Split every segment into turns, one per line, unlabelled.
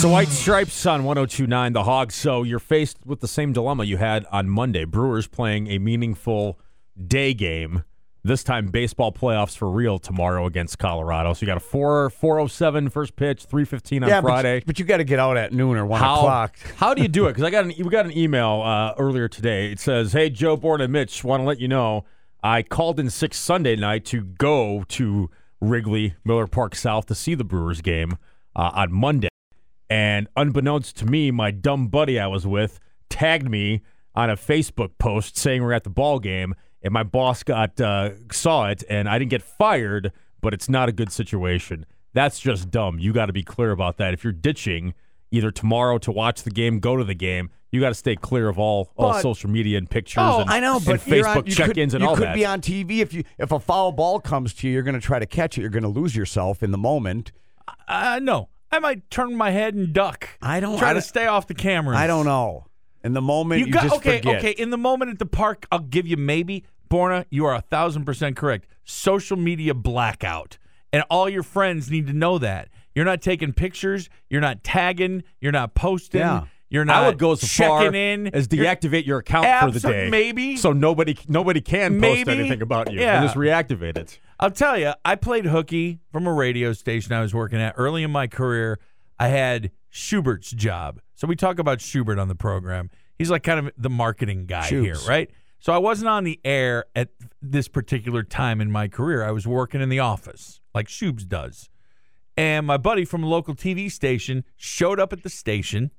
the White Stripes on 1029 The Hog. So you're faced with the same dilemma you had on Monday. Brewers playing a meaningful day game. This time baseball playoffs for real tomorrow against Colorado. So you got a 4 407 first pitch, 315 on
yeah, but-
Friday.
But, you got to get out at noon or one
how,
o'clock.
how do you do it? Because I got an we got an email uh, earlier today. It says, "Hey Joe, Bourne and Mitch, want to let you know I called in six Sunday night to go to Wrigley Miller Park South to see the Brewers game uh, on Monday, and unbeknownst to me, my dumb buddy I was with tagged me on a Facebook post saying we're at the ball game, and my boss got uh, saw it, and I didn't get fired, but it's not a good situation." That's just dumb. You got to be clear about that. If you're ditching, either tomorrow to watch the game, go to the game. You got to stay clear of all, all
But-
social media and pictures.
Oh,
and,
I know,
and
but you're on-
Facebook
you
check-ins and
could, you
all
could
that.
be on TV if you if a foul ball comes to you, you're going to try to catch it. You're going to lose yourself in the moment.
Uh, no, I might turn my head and duck.
I don't-
try
I
to
don't-
stay off the cameras.
I don't know. In the moment,
You,
you,
got
just
okay,
forget.
okay. In the moment at the park, I'll give you maybe. Borna, you are a thousand percent correct. Social media blackout, and all your friends need to know that you're not taking pictures, you're not tagging, you're not posting,
Yeah.
you're not.
I would go so
checking
far
in
as
You're-
deactivate your account for the
Absol-
day,
maybe.
so nobody nobody can
Maybe.
post anything about you
Yeah.
and just reactivate it.
I'll tell you, I played hooky from a radio station I was working at early in my career. I had Schubert's job. So we talk about Schubert on the program. He's like kind of the marketing guy here,
Shubes.
right? So I wasn't on the air at this particular time in my career. I was working in the office like Shubes does. And my buddy from a local TV station showed up at the station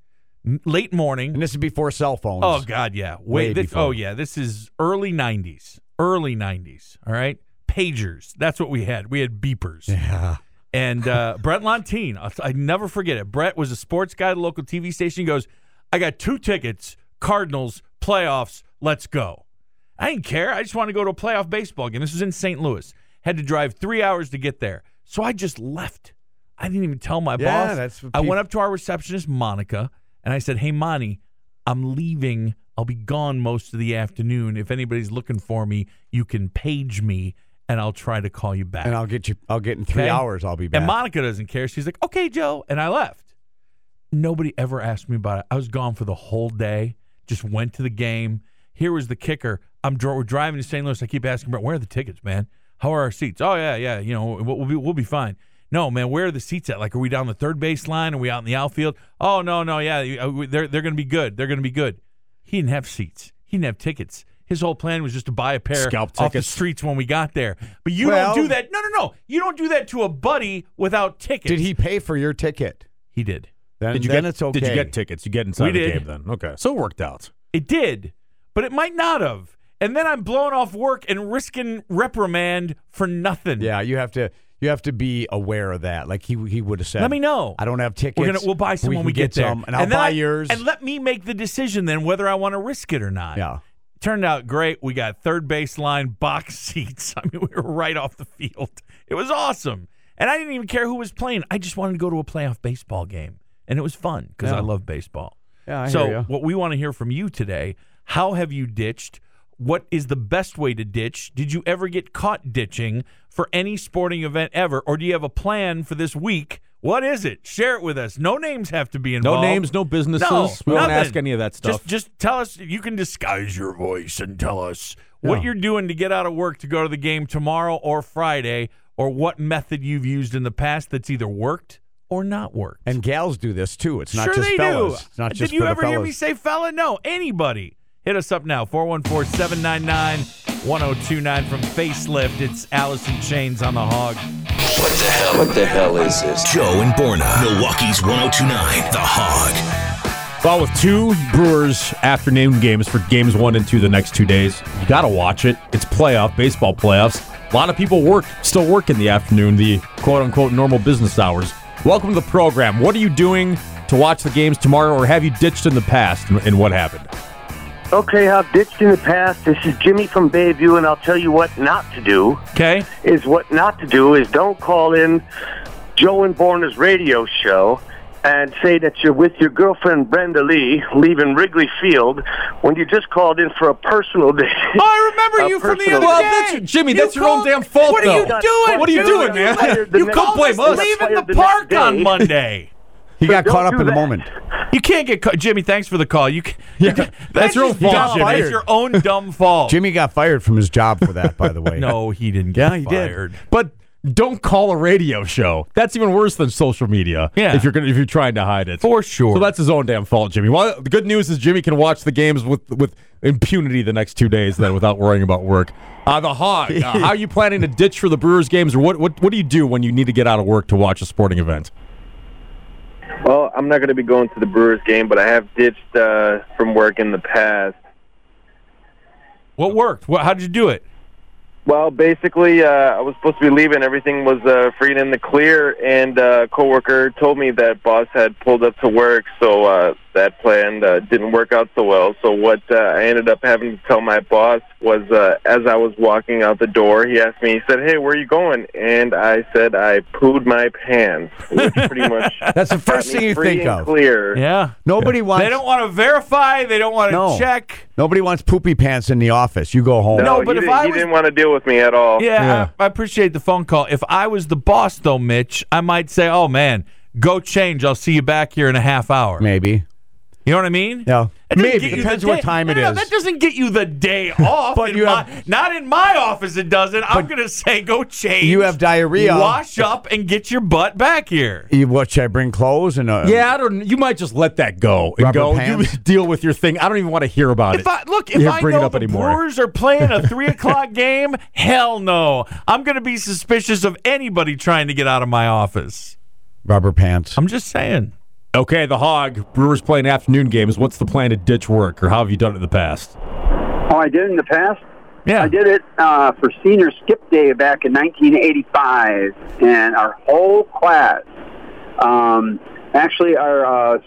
m- late morning.
And this is before cell phones.
Oh God, yeah. Wait,
Way
this,
before.
oh yeah, this is early '90s, early '90s. All right, pagers. That's what we had. We had beepers.
Yeah.
And uh, Brett Lontine, I'll- I never forget it. Brett was a sports guy at a local TV station. He goes, I got two tickets, Cardinals, playoffs, let's go. I didn't care. I just want to go to a playoff baseball game. This was in St. Louis. Had to drive three hours to get there. So I just left. I didn't even tell my
Yeah,
boss.
that's what
I
peop-
went up to our receptionist, Monica, and I said, Hey, Monty, I'm leaving. I'll be gone most of the afternoon. If anybody's looking for me, you can page me and I'll try to call you back.
And I'll get you. I'll get in three
Okay.
hours. I'll be back.
And Monica doesn't care. She's like, okay, Joe. And I left. Nobody ever asked me about it. I was gone for the whole day, just went to the game. Here was the kicker. I'm dr- we're driving to St. Louis. I keep asking, Brett, where are the tickets, man? How are our seats? Oh, yeah, yeah. You know, we'll, we'll, be, we'll be fine. No, man, where are the seats at? Like, are we down the third base line? Are we out in the outfield? Oh, no, no, yeah. you- uh, we- They're, they're going to be good. They're going to be good. He didn't have seats, he didn't have tickets. His whole plan was just to buy a pair
Scalp
off the
tickets.
streets when we got there. But you
Well-
don't do that. No, no, no. You don't do that to a buddy without tickets.
did he pay for your ticket?
He did.
Then,
Did you
then
get
it's okay.
Did you get tickets? You get inside
We
the
did.
game then. Okay, so it worked out.
It did, but it might not have. And then I'm blowing off work and risking reprimand for nothing.
Yeah, you have to. You have to be aware of that. Like he he would have said.
Let me know.
I don't have tickets.
We're gonna, we'll buy some
We
when
can
we get, there.
some, and I'll
then
buy
I-
yours.
And let me make the decision then whether I want to risk it or not.
yeah.
Turned out great. We got third baseline box seats. I mean, we were right off the field. It was awesome. And I didn't even care who was playing. I just wanted to go to a playoff baseball game. And it was fun because
Yeah.
I love baseball.
Yeah. I
so
hear ya.
what we want to hear from you today how have you ditched what is the best way to ditch did you ever get caught ditching for any sporting event ever or do you have a plan for this week what is it share it with us no names have to be
No
involved
names, no businesses.
no,
we won't
nothing.
ask any of that stuff.
Just, just tell us. You can disguise your voice and tell us what you're doing to get out of work to go to the game tomorrow or Friday, or what method you've used in the past that's either worked or not worked.
And gals do this too. It's not
sure
just
they
fellas.
do.
It's not just
Did you
for the
ever hear me
fellas.
say fella? No, anybody. Hit us up now, 414-799-1029 from Facelift. It's Allison Chains on the Hog.
What the hell? What the hell is this?
Joe and Borna. Milwaukee's 1029 The Hog.
Well, with two Brewers afternoon games for games one and two the next two days, you got to watch it. It's playoff, baseball playoffs. A lot of people work, still work in the afternoon, the quote unquote normal business hours. Welcome to the program. What are you doing to watch the games tomorrow, or have you ditched in the past, and, and what happened?
Okay, I've ditched in the past. This is Jimmy from Bayview, and I'll tell you what not to do
Okay?
is what not to do is don't call in Joe and Borna's radio show and say that you're with your girlfriend Brenda Lee leaving Wrigley Field when you just called in for a personal date.
Oh, I remember
A
you from the
personal-
other
Well,
day.
that's your- Jimmy,
You
that's your own
called-
damn fault,
What are you
though.
doing?
What are you
dude?
doing, man?
You
The
called
next-
us
blame us.
leaving
Fired
the
the next
park on
day.
Monday.
He
So
got
don't
caught up
do
in the
that.
moment.
You can't get caught. Jimmy, thanks for the call. You can, yeah,
that's your own fault, Jimmy.
That's your own dumb fault.
Jimmy got fired from his job for that, by the way.
No, he didn't get
Yeah, he did.
fired.
But don't call a radio show. That's even worse than social media.
Yeah.
If you're gonna, if you're trying to hide it.
For sure.
So that's his own damn fault, Jimmy. Well, the good news is Jimmy can watch the games with with impunity the next two days then without worrying about work. Uh, the Hog, uh, how are you planning to ditch for the Brewers games or what, what what do you do when you need to get out of work to watch a sporting event?
Well, I'm not going to be going to the Brewers game, but I have ditched uh, from work in the past.
What worked? What, how'd you do it?
Well, basically, uh, I was supposed to be leaving. Everything was uh, free and in the clear, and uh, coworker told me that boss had pulled up to work, so uh, that plan uh, didn't work out so well. So what uh, I ended up having to tell my boss was, uh, as I was walking out the door, he asked me, he said, "Hey, where are you going?" And I said, "I pooed my pants," which pretty much
That's the first
got me
thing you
free
think
and
of.
Clear.
Yeah.
Nobody wants
They don't want to verify. They don't want to
No.
check.
nobody wants poopy pants in the office. You go home.
No,
he
but if
didn't-
I
he
was-
didn't want to deal with me at all.
Yeah, I, I appreciate the phone call. If I was the boss, though, Mitch, I might say, "Oh man, go change. I'll see you back here in a half hour."
Maybe.
You know what I mean?
No.
That
Maybe.
doesn't get you the
Depends what
day-
time
no,
it
no, no,
is.
that doesn't get you the day off.
But
in
you
my-
have-
not in my office. It doesn't. I'm gonna say go change.
You have diarrhea.
Wash up and get your butt back here.
You, what should I bring clothes and uh, a,
Yeah, I don't. You might just let that go and
Rubber
go.
pants?
You deal with your thing. I don't even want to hear about
If
it.
I look, if
You
I
bring
know
it up
the
anymore.
Brewers are playing a three o'clock game, hell no. I'm going to be suspicious of anybody trying to get out of my office.
rubber pants?
I'm just saying.
Okay, the Hog. Brewers playing afternoon games. What's the plan to ditch work, or how have you done it in the past?
Oh, I did in the past.
Yeah.
I did it uh, for senior skip day back in 1985, and our whole class, um, actually our uh,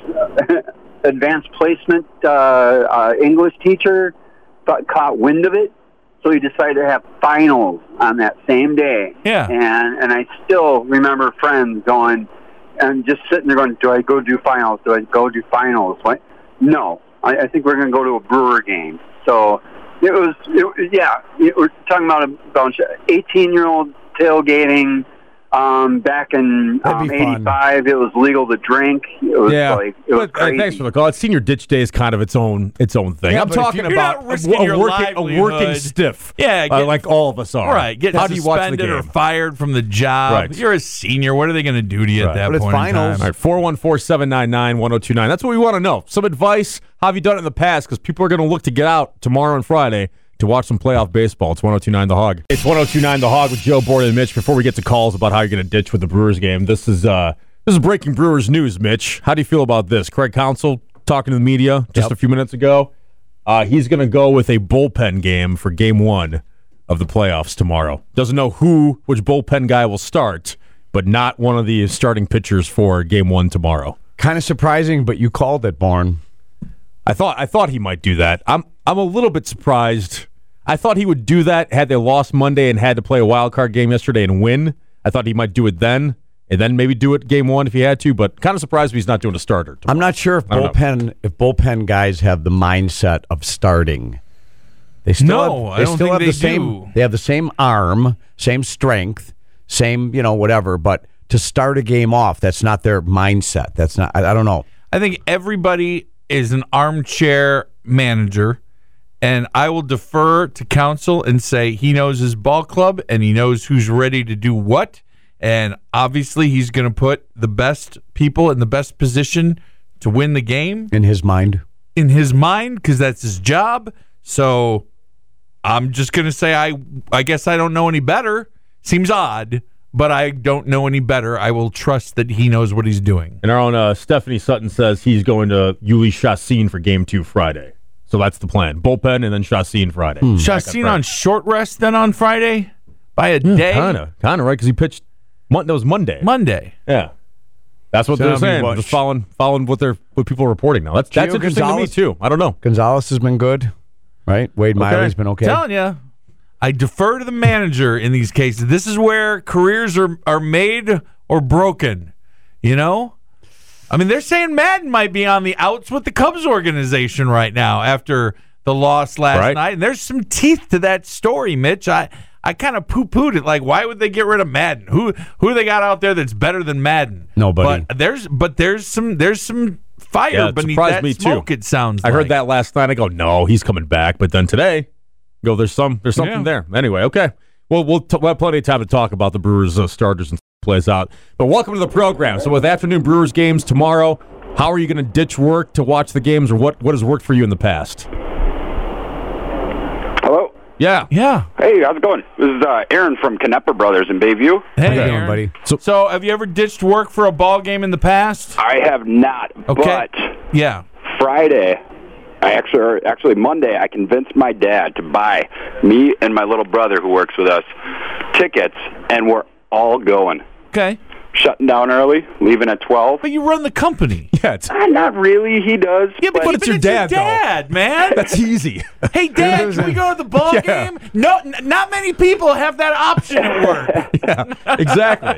advanced placement uh, uh, English teacher, thought, caught wind of it, so he decided to have finals on that same day.
Yeah.
And and I still remember friends going and just sitting there going, "Do I go do finals? Do I go do finals?" What? No, I, I think we're going to go to a Brewer game. So it was, it, yeah, it, we're talking about a bunch of eighteen-year-old tailgating. Um, back in
That'd
um,
be fun.
'85, it was legal to drink. It was like it was
but uh, thanks
crazy.
for the call. Senior ditch day is kind of its own its own thing.
Yeah,
I'm
but if
talking
you-
You're not
about a-
risking
a,
your
working a working
livelihood.
stiff.
Yeah,
uh,
get-
like all of us are.
All right, get
How do you
suspended
watch the
or
game?
fired from the job.
Right.
You're a senior. What are they going to do to you
Right.
at that
But it's
point? in
finals.
time?
All right, 414 799 1029. That's what we want to know. Some advice. How have you done it in the past? Because people are going to look to get out tomorrow and Friday to watch some playoff baseball. It's 1029 The Hog. It's 1029 The Hog with Joe Borden and Mitch. Before we get to calls about how you're going to ditch with the Brewers game, this is uh, this is breaking Brewers news, Mitch. How do you feel about this? Craig Council talking to the media just a few minutes ago. Uh, he's going to go with a bullpen game for game one of the playoffs tomorrow. Doesn't know who, which bullpen guy will start, but not one of the starting pitchers for game one tomorrow.
Kind of surprising, but you called it, Barn.
I thought I thought he might do that. I'm I'm a little bit surprised. I thought he would do that had they lost Monday and had to play a wild card game yesterday and win. I thought he might do it then and then maybe do it game one if he had to. But kind of surprised he's not doing a starter. tomorrow.
I'm not sure if
don't know.
bullpen if bullpen guys have the mindset of starting. They still
No,
have,
I
they
don't
still
think
have
they
the same.
do.
They have the same arm, same strength, same you know whatever. But to start a game off, that's not their mindset. That's not. I, I don't know.
I think everybody is an armchair manager, and I will defer to counsel and say he knows his ball club and he knows who's ready to do what. And obviously, he's going to put the best people in the best position to win the game
In his mind,
in his mind because that's his job. So I'm just going to say I I guess I don't know any better. Seems odd, but I don't know any better. I will trust that he knows what he's doing.
And our own uh, Stephanie Sutton says he's going to Yuli Chassin for game two Friday. So that's the plan. Bullpen and then Chassin Friday.
Chassin on short rest then on Friday by a day.
Kind of. Kind of, right? Because he pitched, mon- that was Monday.
Monday.
yeah. That's what
So
they're
that'd be
saying.
what?
Just following, following what they're what people are reporting now. That's that's
Gio
interesting
Gonzalez?
to me too. I don't know.
Gonzalez has been good, right? Wade Miley's been okay.
Telling you, I defer to the manager in these cases. This is where careers are are made or broken. You know, I mean, they're saying Madden might be on the outs with the Cubs organization right now after the loss last
Right.
night, and there's some teeth to that story, Mitch. I I kind of poo pooed it. Like, why would they get rid of Madden? Who who they got out there that's better than Madden?
Nobody.
But there's but there's some there's some fire
Yeah, it
beneath
surprised
that
me, too.
smoke. It sounds.
I heard
like.
that last night. I go, no, he's coming back. But then today, go, there's some, there's something there. Anyway, okay. Well, we'll, t- we'll have plenty of time to talk about the Brewers' uh, starters and plays out. But welcome to the program. So with afternoon Brewers games tomorrow, how are you going to ditch work to watch the games, or what? What has worked for you in the past?
Hello.
Yeah.
Yeah.
Hey, how's it going? This is uh, Aaron from Knepper Brothers in Bayview.
Hey,
you doing,
Aaron.
buddy?
So, so have you ever ditched work for a ball game in the past?
I have not,
Okay.
but
Yeah.
Friday, I actually or actually Monday, I convinced my dad to buy me and my little brother who works with us tickets, and we're all going.
Okay.
Shutting down early, leaving at twelve.
But you run the company.
Yeah. It's,
Ah, not really. He does. Yeah,
but it's your dad, though.
dad, man.
that's easy.
hey, Dad, can we go to the ball game? No, n- not many people have that option at work.
exactly.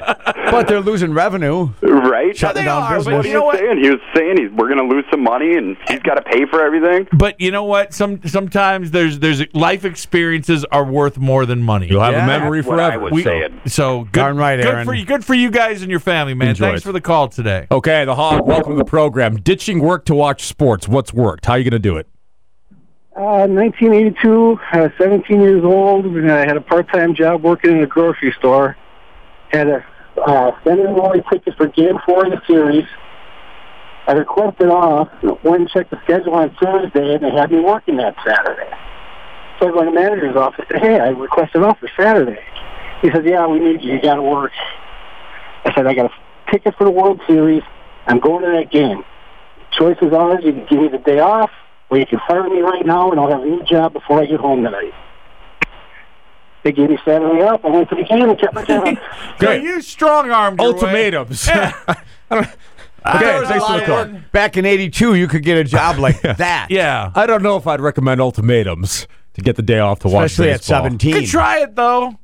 But they're losing revenue.
right.
Shutting
they
down
are, but
business.
What
you
he
know
was
what?
saying, he was saying he's, we're going to lose some money, and he's got to pay for everything.
But you know what? Some sometimes there's there's life experiences are worth more than money.
You'll have
Yeah.
a memory
That's what I
forever.
was
We-
saying.
So good,
Darn right,
good
Aaron.
for you. Good for you guys and your family, man.
Enjoy
Thanks
it. Oh,
for the call today.
Okay, the hog. Welcome to the program. Ditching work to watch sports. What's worked? How are you going to do it?
Uh, 1982, I was 17 years old, and I had a part-time job working in a grocery store. Had a uh, standing ticket for Game 4 of the series. I requested off, went and checked the schedule on Thursday, and they had me working that Saturday. So I go to the manager's office and said, hey, I requested off for Saturday. He says, yeah, we need you. You got to work. I said, I got a ticket for the World Series. I'm going to that game choice is ours. You can give me the day off, or you can fire me right now, and I'll have a new job before I get home tonight. They gave me Saturday off. I went to the game and kept my job.
So
Great.
you strong arm
Ultimatums. I don't- okay, thanks for the call.
Back in '82, you could get a job like that.
Yeah.
I don't know if I'd recommend ultimatums to get the day off to
Especially
watch
at
baseball.
17.
You could try it though.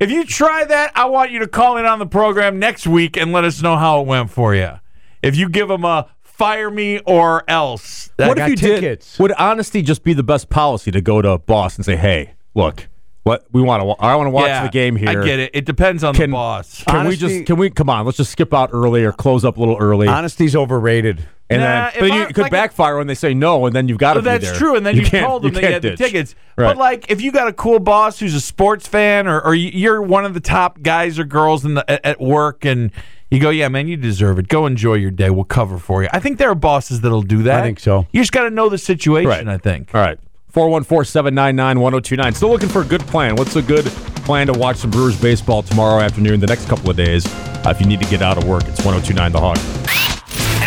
If you try that, I want you to call in on the program next week and let us know how it went for you. If you give them a fire me or else, that-
What
I
if
got
you
tickets.
did? Would honesty just be the best policy to go to a boss and say, "Hey, look, what we want to? I want to watch
Yeah,
the game here.
I get it. It depends on
Can-
the boss.
Can
Honesty-
we just? Can we? Come on, let's just skip out early or close up a little early,
Honesty's overrated.
and
Nah,
then
if
but
I-
you it could
like if-
backfire when they say no, and then you've got to.
So that's true, and then you, told them they had the tickets. But
Right.
like, if you got a cool boss who's a sports fan, or, or you're one of the top guys or girls in the, at, at work, and you go, "Yeah, man, you deserve it. Go enjoy your day. We'll cover for you." I think there are bosses that'll do that.
I think so.
You just got to know the situation.
Right.
I think.
All right. 414 799 1029. Still looking for a good plan. What's a good plan to watch some Brewers baseball tomorrow afternoon, the next couple of days? Uh, if you need to get out of work, it's 1029 The Hog.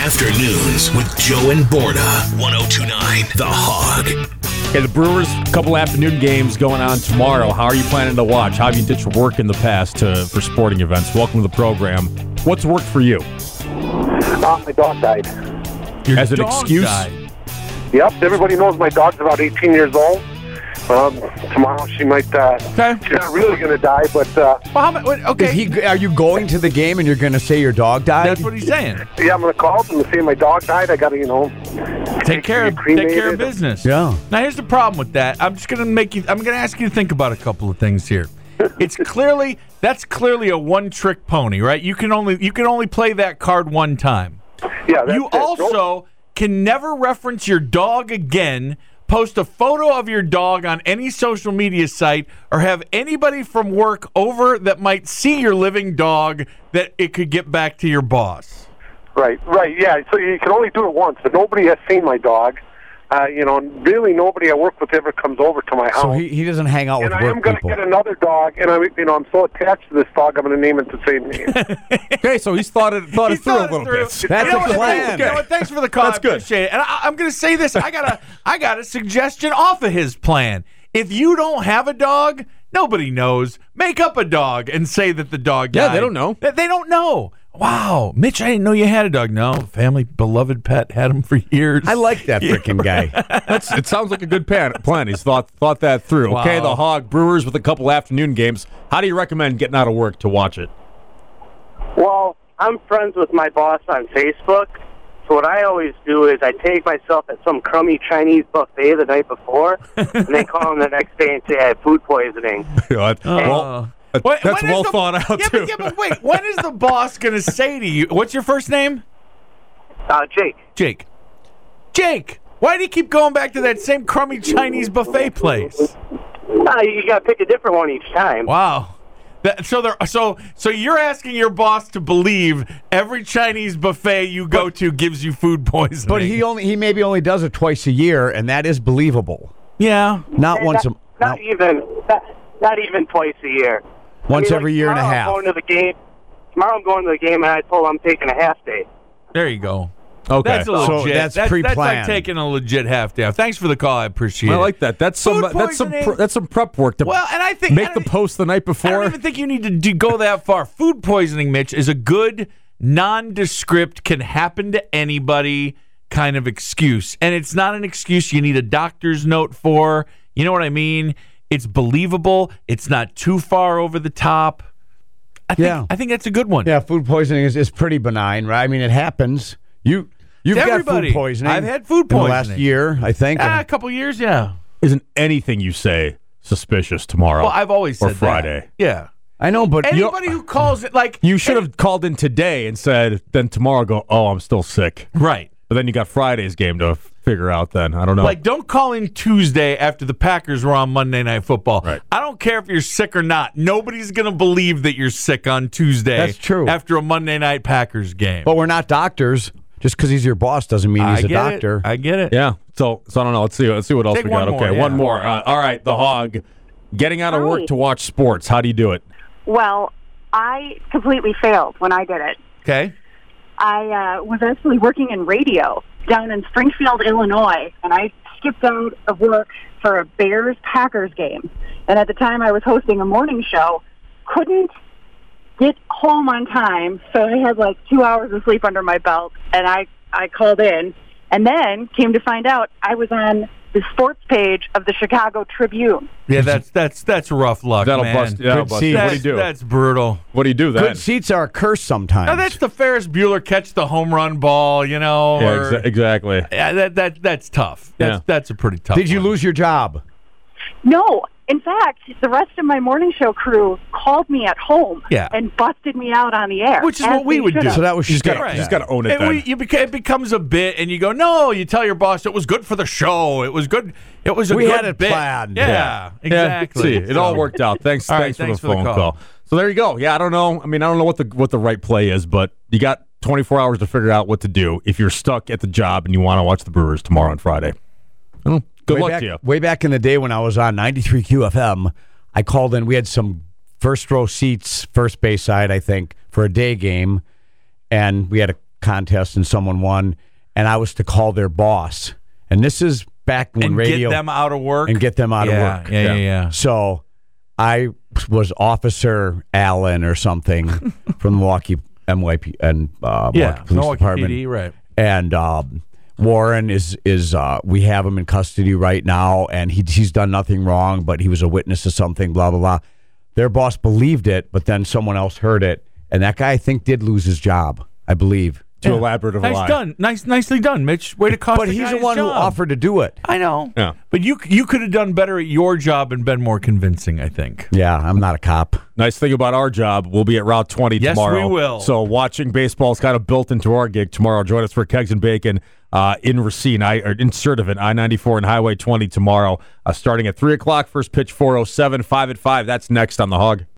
Afternoons with Joe and Borda. 1029 The Hog.
Okay, the Brewers, couple afternoon games going on tomorrow. How are you planning to watch? How have you ditched work in the past to, for sporting events? Welcome to the program. What's worked for you?
Ah, my dog died.
Your
As an
dog
excuse?
died.
Yep, everybody knows my dog's about 18 years old. Um, tomorrow she might. Uh,
Okay.
she's not really going to die, but uh,
Well, how, mu- wait, okay.
Is he, are you going to the game and you're going to say your dog died?
that's what he's saying.
yeah, I'm going to call them and say my dog died. I got to, you know,
Take care of
cremated.
take care of business.
Yeah.
Now here's the problem with that. I'm just gonna make you. I'm gonna ask you to think about a couple of things here. It's clearly that's clearly a one trick pony, right? You can only you can only play that card one time.
Yeah, that's
you
it.
also
Nope.
can never reference your dog again. Post a photo of your dog on any social media site, or have anybody from work over that might see your living dog that it could get back to your boss.
Right, right, yeah. So you can only do it once, but nobody has seen my dog. Uh, you know, and really nobody I work with ever comes over to my house.
Oh.
so he, he doesn't hang out with
and I am
work
going to
people.
get another dog, and I'm you know I'm so attached to this dog, I'm going to name it the same name.
Okay, so he's thought it, thought
He
it through
thought
a little
through.
bit.
That's
You know
a
what?
plan.
Thanks- You know what? Thanks for the call.
That's
I
good.
appreciate it. And I, I'm going to say this. I got a I got a suggestion off of his plan. If you don't have a dog, nobody knows. Make up a dog and say that the dog.
Yeah,
died.
they don't know.
They, they don't know. Wow, Mitch, I didn't know you had a dog. No, family beloved pet had him for years.
I like that freaking guy.
That's, it sounds like a good plan. plan. He's thought thought that through. Okay,
Wow.
the Hog Brewers with a couple afternoon games. How do you recommend getting out of work to watch it?
Well, I'm friends with my boss on Facebook,
So what I always do is I take myself at some crummy Chinese buffet the night before, and they call them the next day and say I had food poisoning.
God. well,
Uh, when-
that's
when is
well
the-
thought out,
Yeah,
too.
but, yeah, but wait. When is the boss going to say to you, what's your first name?
Uh, Jake,
Jake. Jake, why do you keep going back to that same crummy Chinese buffet place?
uh, you got to pick a different one each time.
Wow. That, so there, so so you're asking your boss to believe every Chinese buffet you go to gives you food poisoning.
But he only he maybe only does it twice a year, and that is believable.
yeah,
Not once a
not, not
not
even not, not even twice a year.
once
I mean, like,
every year and a
tomorrow I'm
half.
going to the game. Tomorrow I'm going to the game, and I told I'm taking a half day.
there you go.
okay.
That's a
So-
legit.
that's
That's like
pre-planned.
taking a legit half day. off. Thanks for the call. I appreciate
I
it.
like that. That's some
Food
that's some
poisoning.
pre- that's some prep work to
Well, and I think I
make the
don't e-
post the night
I don't
before.
even think you need to do, go that far. Food poisoning, Mitch, is a good nondescript can happen to anybody kind of excuse. And it's not an excuse you need a doctor's note for. You know what I mean? It's believable. It's not too far over the top. I think,
Yeah.
I think that's a good one.
yeah, food poisoning is, is pretty benign, right? I mean, it happens. You you've got
Everybody.
food poisoning.
I've had food
in the last
poisoning.
year, I think.
Ah, a couple years, yeah.
Isn't anything you say suspicious tomorrow?
Well, I've always
Or
said that.
Friday.
Yeah.
I know, but you-
Anybody who calls it like
you should have called in today and said, then tomorrow go, oh, I'm still sick.
right.
But then you got Friday's game to f- figure out then. I don't know.
Like, don't call in Tuesday after the Packers were on Monday Night Football.
Right.
I don't care if you're sick or not. Nobody's going to believe that you're sick on Tuesday.
That's true.
After a Monday Night Packers game.
but we're not doctors. Just because he's your boss doesn't mean
I
he's a
get it.
doctor.
I get it.
yeah. So, so I don't know. Let's see. Let's see what else
Take
we got.
one more,
okay.
yeah.
One more. Uh, all right. The hog getting out of work
Hi.
to watch sports. How do you do it?
Well, I completely failed when I did it.
Okay.
I uh, was actually working in radio down in Springfield, Illinois, and I skipped out of work for a Bears Packers game. And at the time, I was hosting a morning show, couldn't get home on time, so I had like two hours of sleep under my belt, and I I called in, and then came to find out I was on the sports page of the Chicago Tribune.
Yeah, that's that's that's rough luck.
That'll
man.
bust. That'll
Good
bust.
see.
What
That's,
do you do?
That's brutal.
What do you do then?
Good seats are a curse sometimes.
Now that's the Ferris Bueller catch the home run ball. You know.
Yeah,
or-
exa- exactly.
Yeah, that that that's tough. That's
Yeah.
that's a pretty tough.
Did you
one.
lose your job?
No. In fact, the rest of my morning show crew called me at home
Yeah.
and busted me out on the air.
Which is
as
what we
they
would
should
do.
have.
So that was
She's got.
Right.
She's got to own it.
It,
then.
we, you beca- it becomes a bit, and you go, "No." You tell your boss it was good for the show. It was good. It was a
We
good
had it
bit."
planned.
Yeah,
Yeah,
exactly.
see, it all
So-
worked out. Thanks,
All right,
thanks,
thanks
for the phone call. So there you go. Yeah, I don't know. I mean, I don't know what the what the right play is, but you got 24 hours to figure out what to do if you're stuck at the job and you want to watch the Brewers tomorrow and Friday. Well, good
way
luck
back,
to you.
Way back in the day when I was on 93 QFM, I called in. We had some first row seats, first base side, I think, for a day game. And we had a contest and someone won. And I was to call their boss. And this is back when
And
radio.
get them out of work.
and get them out
yeah,
of work.
Yeah, yeah, yeah.
So I was Officer Allen or something from the Milwaukee MYP and uh, Milwaukee
Yeah,
Police
Milwaukee
Department
PD, right.
and um, Warren is is uh, we have him in custody right now, and he he's done nothing wrong, but he was a witness to something. Blah blah blah. Their boss believed it, but then someone else heard it, and that guy I think did lose his job, I believe.
Too elaborate of a
Nice
lie.
done. Nice, nicely done, Mitch. Way to cost.
But
the
he's
guy
the
his
one who
job.
offered to do it.
I know.
Yeah.
But you you could have done better at your job and been more convincing. I think.
Yeah, I'm not a cop.
Nice thing about our job, we'll be at Route 20
Yes,
tomorrow.
we will.
So watching baseball is kind of built into our gig tomorrow. Join us for Kegs and Bacon uh, in Racine, I, or in Surdivant, I-94 and oh Highway 20 tomorrow, uh, starting at 3 o'clock. First pitch 407, 5 at 5. That's next on The Hog.